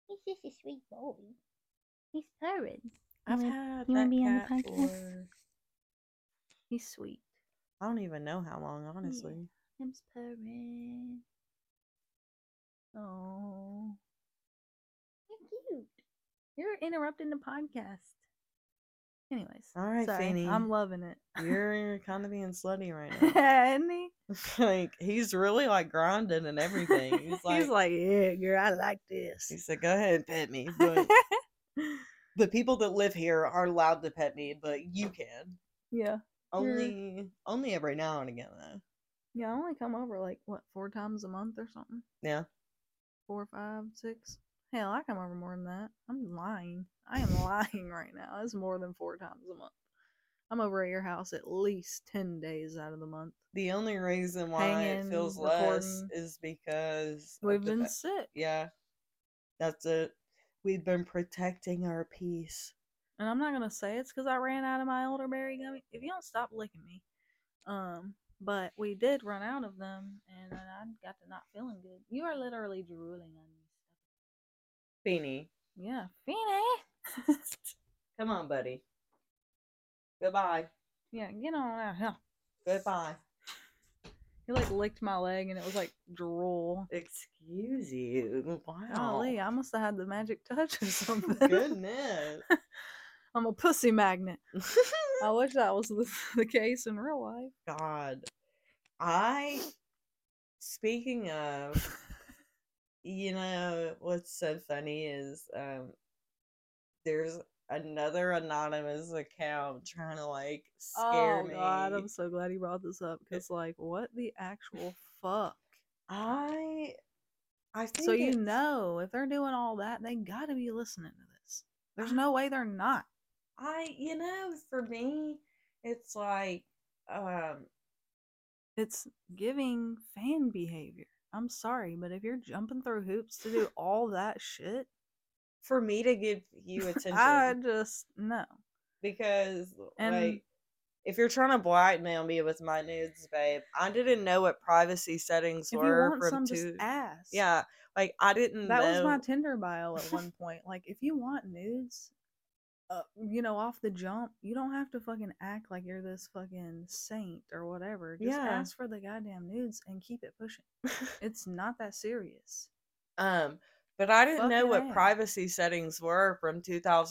Speaker 3: He's just a sweet boy. He's purring.
Speaker 2: I've
Speaker 1: wanna-
Speaker 2: had
Speaker 3: you wanna
Speaker 2: that
Speaker 3: be on the
Speaker 2: cat
Speaker 3: podcast?
Speaker 2: for
Speaker 1: He's sweet.
Speaker 2: I don't even know how long, honestly.
Speaker 3: Him's purring.
Speaker 1: Oh,
Speaker 3: You're cute.
Speaker 1: you're interrupting the podcast. Anyways,
Speaker 2: All right,
Speaker 1: sorry,
Speaker 2: Fanny.
Speaker 1: I'm loving it.
Speaker 2: You're kind of being slutty
Speaker 1: <laughs>
Speaker 2: right now. <laughs>
Speaker 1: Isn't he?
Speaker 2: like he's really like grinding
Speaker 1: <laughs>
Speaker 2: and everything. He's like,
Speaker 1: he's like, yeah, girl, I like this.
Speaker 2: he said, "Go ahead and pet me," but the people that live here are allowed to pet me, but you can
Speaker 1: <laughs> yeah, You're-
Speaker 2: only only every now and again though.
Speaker 1: yeah. I only come over like what four times a month or something.
Speaker 2: Yeah.
Speaker 1: four, five, six. Hell, I come over more than that. I'm lying. I am lying right now. That's more than four times a month. I'm over at your house at least ten days out of the month.
Speaker 2: The only reason why it feels
Speaker 1: Hanging,
Speaker 2: less
Speaker 1: recording.
Speaker 2: is because of
Speaker 1: We've
Speaker 2: the
Speaker 1: been
Speaker 2: fa-
Speaker 1: sick,
Speaker 2: yeah, that's it. We've been protecting our peace.
Speaker 1: and I'm not gonna say it's because I ran out of my elderberry gummy. If you don't stop licking me, um, but we did run out of them, and then I got to not feeling good. You are literally drooling on me.
Speaker 2: Beanie,
Speaker 1: Yeah, Feeny. <laughs>
Speaker 2: come on, buddy. Goodbye.
Speaker 1: yeah, get on out. here.
Speaker 2: Goodbye.
Speaker 1: He like licked my leg and it was like drool.
Speaker 2: Excuse you. Wow.
Speaker 1: Golly, I <laughs> must have had the magic touch or something.
Speaker 2: Goodness.
Speaker 1: <laughs>
Speaker 2: <laughs>
Speaker 1: I'm a pussy magnet. I wish that was the, <laughs> the case in real life.
Speaker 2: God. I
Speaker 1: <laughs>
Speaker 2: speaking of you know what's so funny is um there's another anonymous account trying to like scare
Speaker 1: oh
Speaker 2: me.
Speaker 1: god, I'm so glad you brought this up because like, what the actual fuck?
Speaker 2: I I think
Speaker 1: So you
Speaker 2: it's-
Speaker 1: know, if they're doing all that, they gotta be listening to this. There's
Speaker 2: Ah.
Speaker 1: no way they're not.
Speaker 2: I you know for me it's like um
Speaker 1: It's giving fan behavior. I'm sorry, but if you're jumping through hoops to do all that shit,
Speaker 2: for me to give
Speaker 1: <laughs>
Speaker 2: you attention
Speaker 1: I just no.
Speaker 2: because
Speaker 1: And-
Speaker 2: like if you're trying to blackmail me with my nudes, babe, I didn't know what privacy settings
Speaker 1: If you
Speaker 2: were
Speaker 1: want
Speaker 2: from
Speaker 1: some, just
Speaker 2: two.
Speaker 1: ask.
Speaker 2: Yeah, like I didn't.
Speaker 1: That was
Speaker 2: know. <laughs>
Speaker 1: my Tinder bio at one point. Like, if you want nudes, uh, you know, off the jump, you don't have to fucking act like you're this fucking saint or whatever. Just
Speaker 2: Yeah.
Speaker 1: ask for the goddamn nudes and keep it pushing. It's not that serious.
Speaker 2: um, but I didn't know
Speaker 1: Fucking
Speaker 2: what
Speaker 1: A.
Speaker 2: privacy settings were from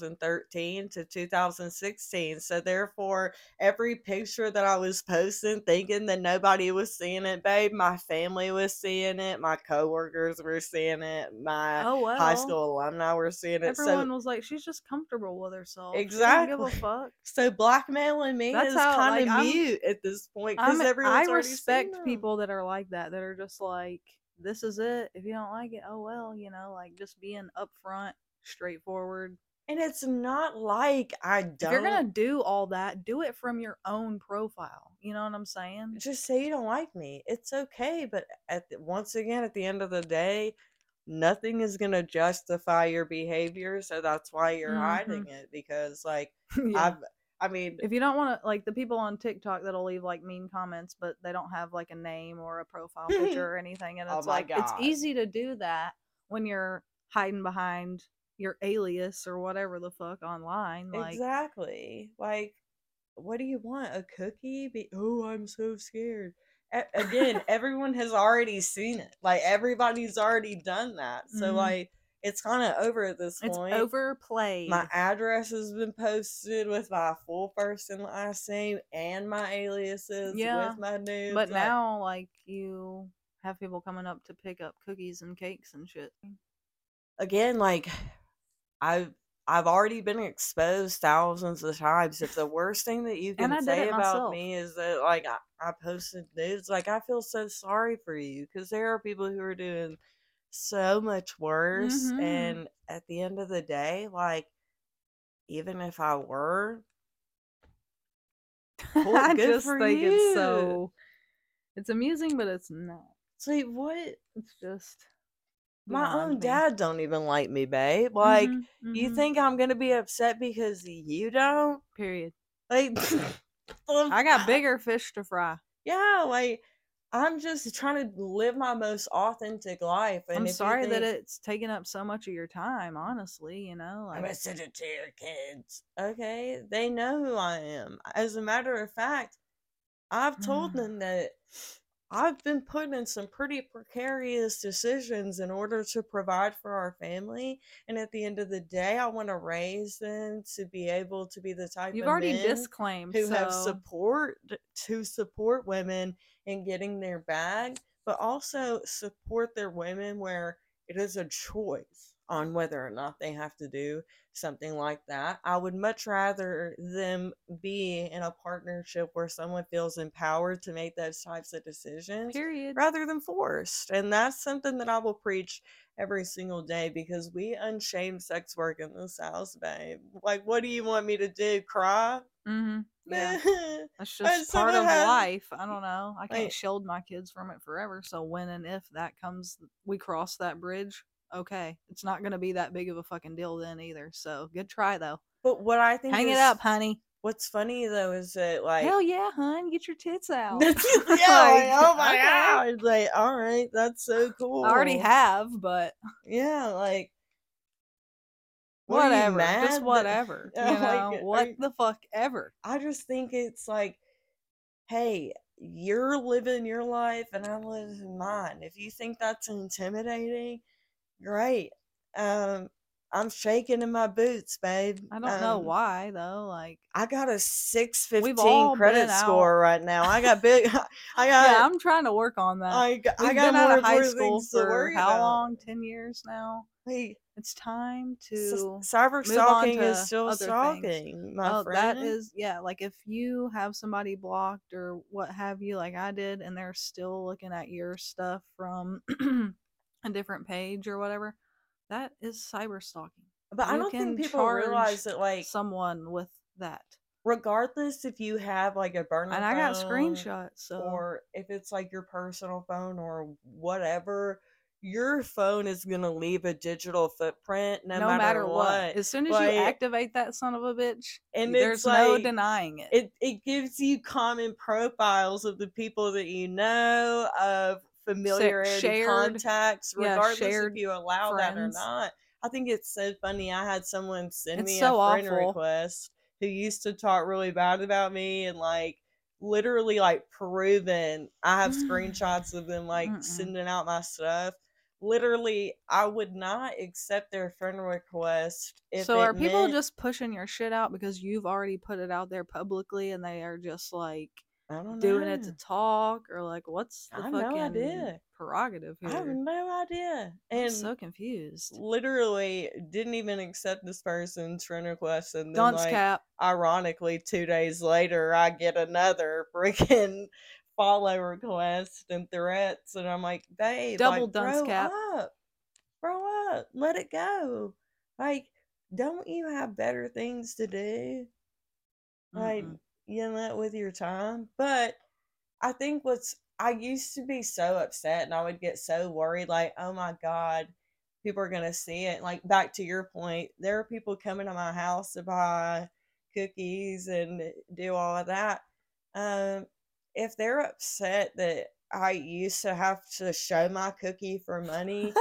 Speaker 2: 2013 to 2016. So therefore, every picture that I was posting, thinking that nobody was seeing it, babe, my family was seeing it, my coworkers were seeing it, my
Speaker 1: oh well.
Speaker 2: high school alumni were seeing it.
Speaker 1: Everyone
Speaker 2: so
Speaker 1: was like, she's just comfortable with herself. She don't give a
Speaker 2: Exactly.
Speaker 1: fuck.
Speaker 2: So blackmailing me
Speaker 1: That's
Speaker 2: is
Speaker 1: how,
Speaker 2: kind
Speaker 1: like,
Speaker 2: of
Speaker 1: I'm-
Speaker 2: mute at this point
Speaker 1: I'm,
Speaker 2: because
Speaker 1: I
Speaker 2: everyone's already seen
Speaker 1: respect
Speaker 2: them.
Speaker 1: people that are like that, that are just like, this is it. If you don't like it, oh well, you know, like just being upfront, straightforward.
Speaker 2: and it's not like I don't.
Speaker 1: If you're gonna do all that, do it from your own profile. You know what I'm saying? <laughs>
Speaker 2: just say you don't like me. It's okay, but at the, once again, at the end of the day, nothing is gonna justify your behavior. So that's why you're
Speaker 1: Mhm.
Speaker 2: hiding it because, like,
Speaker 1: Yeah.
Speaker 2: I've, I mean,
Speaker 1: if you don't want to, like the people on TikTok that'll leave like mean comments, but they don't have like a name or a profile picture
Speaker 2: <laughs>
Speaker 1: or anything, and
Speaker 2: Oh
Speaker 1: it's
Speaker 2: my
Speaker 1: like it's
Speaker 2: God.
Speaker 1: easy to do that when you're hiding behind your alias or whatever the fuck online. Like,
Speaker 2: exactly. Like, what do you want? A cookie? Be- oh, I'm so scared. A-
Speaker 1: <laughs>
Speaker 2: again, everyone has already seen it. Like everybody's already done that. So
Speaker 1: Mhm.
Speaker 2: like, it's kind of over at this
Speaker 1: it's
Speaker 2: point.
Speaker 1: overplayed.
Speaker 2: My address has been posted with my full first and last name and my aliases
Speaker 1: Yeah,
Speaker 2: with my nudes.
Speaker 1: but
Speaker 2: like-
Speaker 1: now, like you have people coming up to pick up cookies and cakes and shit. <laughs>
Speaker 2: again, like I've I've already been exposed thousands of times. If the worst thing that you
Speaker 1: And I
Speaker 2: can
Speaker 1: did
Speaker 2: say
Speaker 1: it
Speaker 2: about
Speaker 1: myself.
Speaker 2: me is that like I, I posted nudes, like I feel so sorry for you because there are people who are doing so much worse.
Speaker 1: Mhm.
Speaker 2: And at the end of the day, like even if I were, Cool,
Speaker 1: I
Speaker 2: good
Speaker 1: just
Speaker 2: for
Speaker 1: think
Speaker 2: you.
Speaker 1: it's so. It's amusing, but it's not.
Speaker 2: see what
Speaker 1: It's just
Speaker 2: my
Speaker 1: beyond
Speaker 2: own
Speaker 1: me.
Speaker 2: dad don't even like me, babe. Like
Speaker 1: Mhm,
Speaker 2: you
Speaker 1: mhm.
Speaker 2: think I'm gonna be upset because you don't?
Speaker 1: Period.
Speaker 2: Like <laughs>
Speaker 1: I got bigger fish to fry.
Speaker 2: Yeah, like I'm just trying to live my most authentic life. And
Speaker 1: I'm
Speaker 2: if you
Speaker 1: sorry that
Speaker 2: think,
Speaker 1: it's taking up so much of your time. Honestly, you know,
Speaker 2: I'm gonna
Speaker 1: like
Speaker 2: send it to your kids. Okay, they know who I am. As a matter of fact, I've told
Speaker 1: Mm.
Speaker 2: them that I've been put in some pretty precarious decisions in order to provide for our family. And at the end of the day, I want to raise them to be able to be the type
Speaker 1: you've
Speaker 2: of
Speaker 1: already
Speaker 2: men
Speaker 1: disclaimed.
Speaker 2: who
Speaker 1: so
Speaker 2: have support to support women in getting their bag, but also support their women where it is a choice on whether or not they have to do something like that. I would much rather them be in a partnership where someone feels empowered to make those types of decisions
Speaker 1: period.
Speaker 2: rather than forced. And that's something that I will preach every single day because we unshame sex work in this house, babe. Like, what do you want me to do? Cry?
Speaker 1: hmm Yeah, that's just
Speaker 2: someone
Speaker 1: part of
Speaker 2: has-
Speaker 1: life. I don't know. I can't
Speaker 2: Like-
Speaker 1: shield my kids from it forever. So when and if that comes, we cross that bridge. Okay, it's not going to be that big of a fucking deal then either. So good try though.
Speaker 2: <laughs> But what I think
Speaker 1: Hang it
Speaker 2: is-
Speaker 1: up, honey.
Speaker 2: What's funny though is that like <laughs>
Speaker 1: Hell yeah, hun, get your tits
Speaker 2: yeah,
Speaker 1: out.
Speaker 2: like,
Speaker 1: <laughs>
Speaker 2: oh my
Speaker 1: okay.
Speaker 2: god, it's like all right, that's so cool.
Speaker 1: I already have, but
Speaker 2: Yeah, like what are you,
Speaker 1: whatever,
Speaker 2: mad
Speaker 1: just
Speaker 2: that-
Speaker 1: whatever.
Speaker 2: <laughs> Yeah,
Speaker 1: you
Speaker 2: like,
Speaker 1: know,
Speaker 2: are
Speaker 1: what
Speaker 2: you-
Speaker 1: the fuck ever.
Speaker 2: I just think it's like, hey, you're living your life and I'm living mine. If you think that's intimidating, great. Um, I'm shaking in my boots, babe.
Speaker 1: I don't know
Speaker 2: Um,
Speaker 1: why though. Like,
Speaker 2: I got a six
Speaker 1: all
Speaker 2: fifteen
Speaker 1: been
Speaker 2: credit
Speaker 1: out.
Speaker 2: score right now. I got big. <laughs> I got.
Speaker 1: yeah, I'm trying to work on that.
Speaker 2: I got,
Speaker 1: We've
Speaker 2: I got
Speaker 1: been out
Speaker 2: more
Speaker 1: of high
Speaker 2: important
Speaker 1: school
Speaker 2: things to
Speaker 1: for
Speaker 2: worry
Speaker 1: how
Speaker 2: about.
Speaker 1: long? Ten years now.
Speaker 2: Like,
Speaker 1: It's time
Speaker 2: s-
Speaker 1: to.
Speaker 2: cyber
Speaker 1: on
Speaker 2: stalking
Speaker 1: to
Speaker 2: is still
Speaker 1: other things.
Speaker 2: stalking, my
Speaker 1: Oh,
Speaker 2: friend.
Speaker 1: that is yeah. Like if you have somebody blocked or what have you, like I did, and they're still looking at your stuff from <clears throat> a different page or whatever, that is cyber stalking.
Speaker 2: but I
Speaker 1: you
Speaker 2: don't think
Speaker 1: can
Speaker 2: people
Speaker 1: charge
Speaker 2: realize that, like,
Speaker 1: Someone with that,
Speaker 2: regardless if you have like a burner
Speaker 1: and I got
Speaker 2: phone
Speaker 1: screenshots. So
Speaker 2: or if it's like your personal phone or whatever, your phone is gonna leave a digital footprint no,
Speaker 1: no, matter, what. as soon as
Speaker 2: Like,
Speaker 1: you activate that son of a bitch,
Speaker 2: and
Speaker 1: there's
Speaker 2: it's like,
Speaker 1: no denying it.
Speaker 2: it it gives you common profiles of the people that you know of familiarity
Speaker 1: shared-
Speaker 2: contacts
Speaker 1: yeah,
Speaker 2: regardless
Speaker 1: shared
Speaker 2: if you allow that or
Speaker 1: friends.
Speaker 2: not i think it's so funny i had someone send
Speaker 1: It's
Speaker 2: me
Speaker 1: so
Speaker 2: a friend
Speaker 1: awful.
Speaker 2: request who used to talk really bad about me and like literally like proven
Speaker 1: <gasps>
Speaker 2: i have screenshots of them like
Speaker 1: Mm-mm.
Speaker 2: sending out my stuff literally i would not accept their friend request if
Speaker 1: so
Speaker 2: it
Speaker 1: are people
Speaker 2: meant-
Speaker 1: just pushing your shit out because you've already put it out there publicly, and they are just like
Speaker 2: I don't
Speaker 1: doing it
Speaker 2: know.
Speaker 1: to talk, or like what's the
Speaker 2: I have no
Speaker 1: fucking
Speaker 2: idea.
Speaker 1: prerogative
Speaker 2: I have
Speaker 1: here?
Speaker 2: no idea.
Speaker 1: I'm
Speaker 2: And
Speaker 1: so confused.
Speaker 2: literally didn't even accept this person's friend request. And then,
Speaker 1: Dunce
Speaker 2: like,
Speaker 1: cap.
Speaker 2: ironically, two days later, I get another freaking <laughs> follow request and threats. And I'm like, babe,
Speaker 1: Double
Speaker 2: like,
Speaker 1: dunce
Speaker 2: grow
Speaker 1: cap.
Speaker 2: up. Grow up. Let it go. Like, don't you have better things to do? like
Speaker 1: Mm-mm.
Speaker 2: you know with your time but i think what's i used to be so upset and i would get so worried like oh my god people are gonna see it like back to your point there are people coming to my house to buy cookies and do all of that um if they're upset that i used to have to show my cookie
Speaker 1: <laughs>
Speaker 2: for money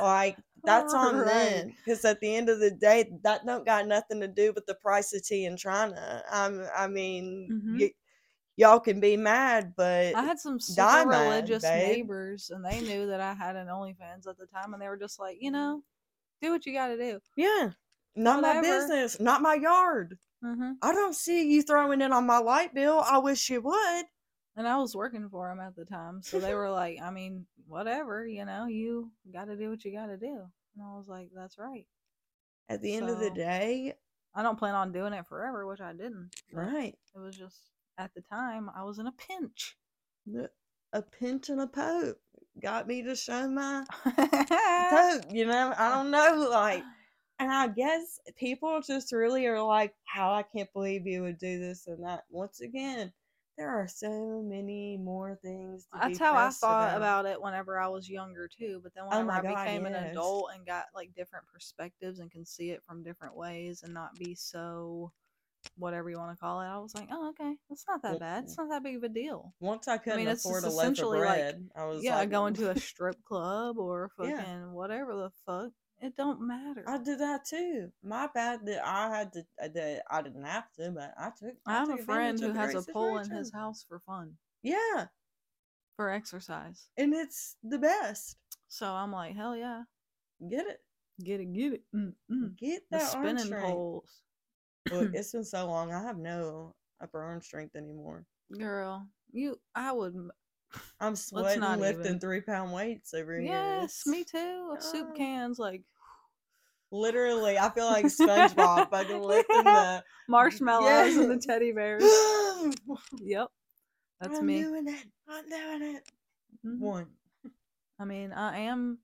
Speaker 2: like that's on
Speaker 1: Right.
Speaker 2: them because at the end of the day that don't got nothing to do with the price of tea in china I'm, i mean
Speaker 1: Mhm.
Speaker 2: y- y'all can be mad but
Speaker 1: I had some super
Speaker 2: die mad,
Speaker 1: religious
Speaker 2: babe.
Speaker 1: neighbors, and they knew that I had an OnlyFans at the time, and they were just like,
Speaker 2: Mm.
Speaker 1: you know, do what you got to do.
Speaker 2: yeah not my
Speaker 1: whatever.
Speaker 2: business not my yard
Speaker 1: hmm
Speaker 2: i don't see you throwing in on my light bill i wish you would
Speaker 1: And I was working for them at the time, so they were like, I mean, whatever, you know, you got to do what you got to do. And I was like, that's right.
Speaker 2: at the end of the
Speaker 1: So-
Speaker 2: day
Speaker 1: I don't plan on doing it forever, which I didn't. but
Speaker 2: right
Speaker 1: It was just at the time I was in a pinch. <laughs>
Speaker 2: the- a pinch and a pope got me to show my pope you know i don't know
Speaker 1: <sighs>
Speaker 2: like And I guess people just really are like, wow, I can't believe you would do this and that. Once again, there are so many more things. To
Speaker 1: That's
Speaker 2: be
Speaker 1: how I
Speaker 2: pressed
Speaker 1: thought about it whenever I was younger too. But then
Speaker 2: Oh
Speaker 1: whenever
Speaker 2: my
Speaker 1: I
Speaker 2: God,
Speaker 1: became an
Speaker 2: yes.
Speaker 1: adult and got like different perspectives and can see it from different ways and not be so whatever you want to call it, I was like, oh okay, it's not that bad.
Speaker 2: Mm-hmm.
Speaker 1: It's not that big of a deal.
Speaker 2: Once I couldn't
Speaker 1: it's
Speaker 2: afford a
Speaker 1: just
Speaker 2: loaf of
Speaker 1: essentially, like,
Speaker 2: bread, I was
Speaker 1: Yeah,
Speaker 2: like,
Speaker 1: going
Speaker 2: <laughs>
Speaker 1: to a strip club or fucking
Speaker 2: Yeah.
Speaker 1: whatever the fuck, it don't matter.
Speaker 2: I did that too. My bad that I had to. uh, That I didn't have to, but I took.
Speaker 1: I have a
Speaker 2: took
Speaker 1: friend
Speaker 2: advantage
Speaker 1: who
Speaker 2: of the
Speaker 1: has a
Speaker 2: great
Speaker 1: pole in his
Speaker 2: situation.
Speaker 1: house for fun,
Speaker 2: Yeah,
Speaker 1: for exercise.
Speaker 2: and it's the best.
Speaker 1: So I'm like, hell yeah,
Speaker 2: Get it.
Speaker 1: get it, get it. Mm-mm.
Speaker 2: Get
Speaker 1: Hmm, The
Speaker 2: that arm
Speaker 1: spinning
Speaker 2: strength.
Speaker 1: poles,
Speaker 2: Look, it's been so long. I have no upper arm strength anymore.
Speaker 1: girl. You, I would. m-
Speaker 2: I'm sweating,
Speaker 1: not
Speaker 2: lifting
Speaker 1: even.
Speaker 2: three pound weights over here.
Speaker 1: Yes,
Speaker 2: It's-
Speaker 1: me too. with Soup
Speaker 2: Ah.
Speaker 1: cans, like
Speaker 2: Literally, I feel like
Speaker 1: <laughs>
Speaker 2: SpongeBob fucking lifting the.
Speaker 1: marshmallows and the
Speaker 2: Yes.
Speaker 1: teddy bears. <laughs> yep, that's
Speaker 2: <gasps> I'm
Speaker 1: me.
Speaker 2: doing it. I'm doing it.
Speaker 1: Mhm.
Speaker 2: One.
Speaker 1: I mean, I am.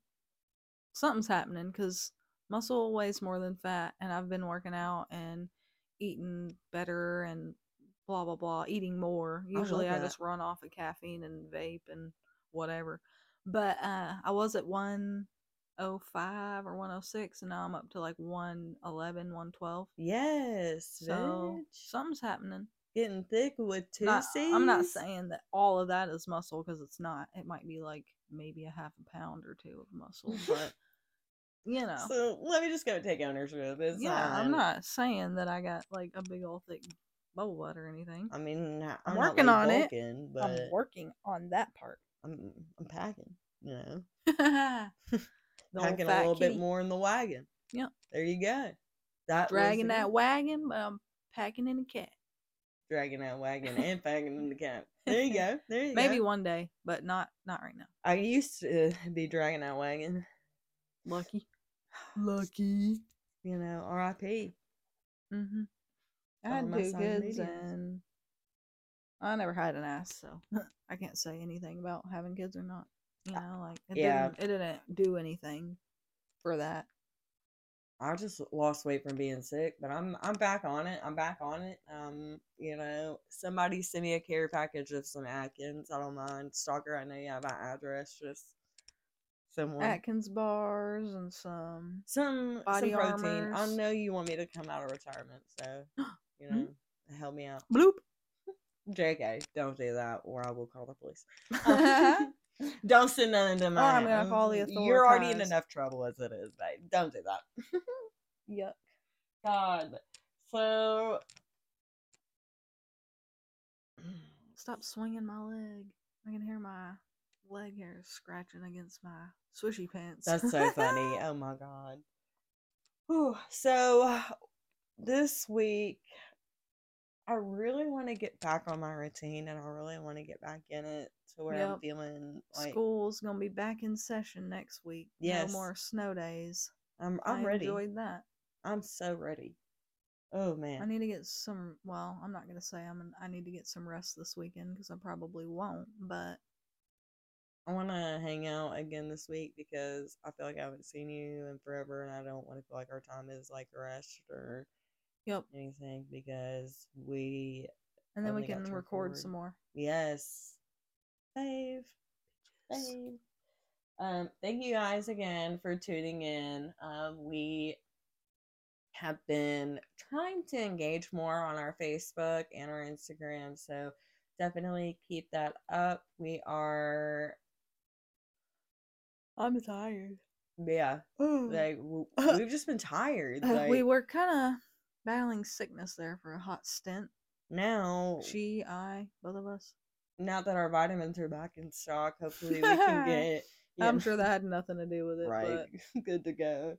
Speaker 1: Something's happening because muscle weighs more than fat, and I've been working out and eating better and blah blah blah, eating more.
Speaker 2: love
Speaker 1: Usually, I,
Speaker 2: that.
Speaker 1: just run off of caffeine and vape and whatever. But uh, I was at one oh five or one oh six, and now I'm up to like 111, 112.
Speaker 2: Yes.
Speaker 1: So
Speaker 2: bitch.
Speaker 1: something's happening.
Speaker 2: Getting thick with two
Speaker 1: Not- I'm not
Speaker 2: Cs.
Speaker 1: saying that all of that is muscle because it's not. It might be like maybe a half a pound or two of muscle,
Speaker 2: <laughs>
Speaker 1: but you know,
Speaker 2: So let me just go take ownership. It's
Speaker 1: yeah, I'm
Speaker 2: fine.
Speaker 1: not saying that I got like a big old thick bubble butt or anything.
Speaker 2: I mean, I- I'm,
Speaker 1: working
Speaker 2: not
Speaker 1: on
Speaker 2: really
Speaker 1: it.
Speaker 2: bulking, But
Speaker 1: I'm working on that
Speaker 2: <laughs>
Speaker 1: part. <laughs>
Speaker 2: I'm, I'm packing. You know,
Speaker 1: the old
Speaker 2: packing a
Speaker 1: fat
Speaker 2: little bit
Speaker 1: kitty.
Speaker 2: more in the wagon.
Speaker 1: Yep.
Speaker 2: There you go. That was
Speaker 1: Dragging
Speaker 2: the-
Speaker 1: that wagon, but I'm packing in a cat.
Speaker 2: dragging that wagon and packing in the camp. There you go. There you
Speaker 1: Maybe
Speaker 2: go.
Speaker 1: one day, but not not right now.
Speaker 2: I used to be dragging that wagon.
Speaker 1: Lucky.
Speaker 2: Lucky. You know, R.I.P.
Speaker 1: Mm-hmm. I
Speaker 2: Follow
Speaker 1: had
Speaker 2: my
Speaker 1: two
Speaker 2: social
Speaker 1: kids
Speaker 2: medias.
Speaker 1: and I never had an ass, so <laughs> I can't say anything about having kids or not. You know, like it
Speaker 2: Uh, yeah.
Speaker 1: didn't it didn't do anything for that.
Speaker 2: I just lost weight from being sick, but I'm I'm back on it. I'm back on it. Um, you know, somebody send me a care package of some Atkins. I don't mind. Stalker, I know you have my address. Just someone.
Speaker 1: Atkins bars and some
Speaker 2: some
Speaker 1: Body
Speaker 2: some protein. I
Speaker 1: Armors.
Speaker 2: know you want me to come out of retirement,
Speaker 1: <gasps>
Speaker 2: so you know,
Speaker 1: Mhm.
Speaker 2: help me out.
Speaker 1: <laughs>
Speaker 2: <laughs>
Speaker 1: bloop.
Speaker 2: JK, don't do that, or I will call the police. Um, don't send nothing to my.
Speaker 1: Oh, I'm gonna
Speaker 2: house.
Speaker 1: call the
Speaker 2: You're already in
Speaker 1: authorities.
Speaker 2: enough trouble as it is, babe. Don't do that.
Speaker 1: Yuck.
Speaker 2: God. So.
Speaker 1: Stop swinging my leg. I can hear my leg hair scratching against my swishy pants.
Speaker 2: That's
Speaker 1: <laughs>
Speaker 2: so funny. Oh my god. Whew. So this week I really want to get back on my routine and I really want to get back in it to where I'm
Speaker 1: Yep.
Speaker 2: feeling like
Speaker 1: School's gonna be back in session next week.
Speaker 2: Yes.
Speaker 1: No more snow days.
Speaker 2: I'm I'm
Speaker 1: I
Speaker 2: ready.
Speaker 1: enjoyed that.
Speaker 2: I'm so ready. Oh man.
Speaker 1: I need to get some. Well, I'm not gonna say I'm. An, I need to get some rest this weekend because I probably won't. But
Speaker 2: I want to hang out again this week because I feel like I haven't seen you in forever, and I don't want to feel like our time is like rushed or
Speaker 1: yep.
Speaker 2: anything because we
Speaker 1: And then we
Speaker 2: Only Oh, got
Speaker 1: can
Speaker 2: to
Speaker 1: record
Speaker 2: record.
Speaker 1: some more.
Speaker 2: yes save save. Um, thank you guys again for tuning in. Um, we have been trying to engage more on our Facebook and our Instagram, so definitely keep that up. We are
Speaker 1: I'm tired. Mm.
Speaker 2: yeah
Speaker 1: <laughs>
Speaker 2: like w- we've just been tired
Speaker 1: <sighs>
Speaker 2: like
Speaker 1: Uh, we were kind of battling sickness there for a hot stint.
Speaker 2: now
Speaker 1: She, I, both of us.
Speaker 2: now that our vitamins are back in stock hopefully
Speaker 1: <laughs>
Speaker 2: we can get you
Speaker 1: I'm
Speaker 2: know,
Speaker 1: sure
Speaker 2: <laughs>
Speaker 1: that had nothing to do with it.
Speaker 2: right <laughs> good to go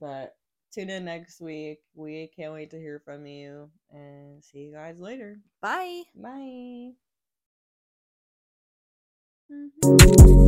Speaker 2: but tune in next week we can't wait to hear from you and see you guys later
Speaker 1: But bye.
Speaker 2: bye
Speaker 1: Mhm.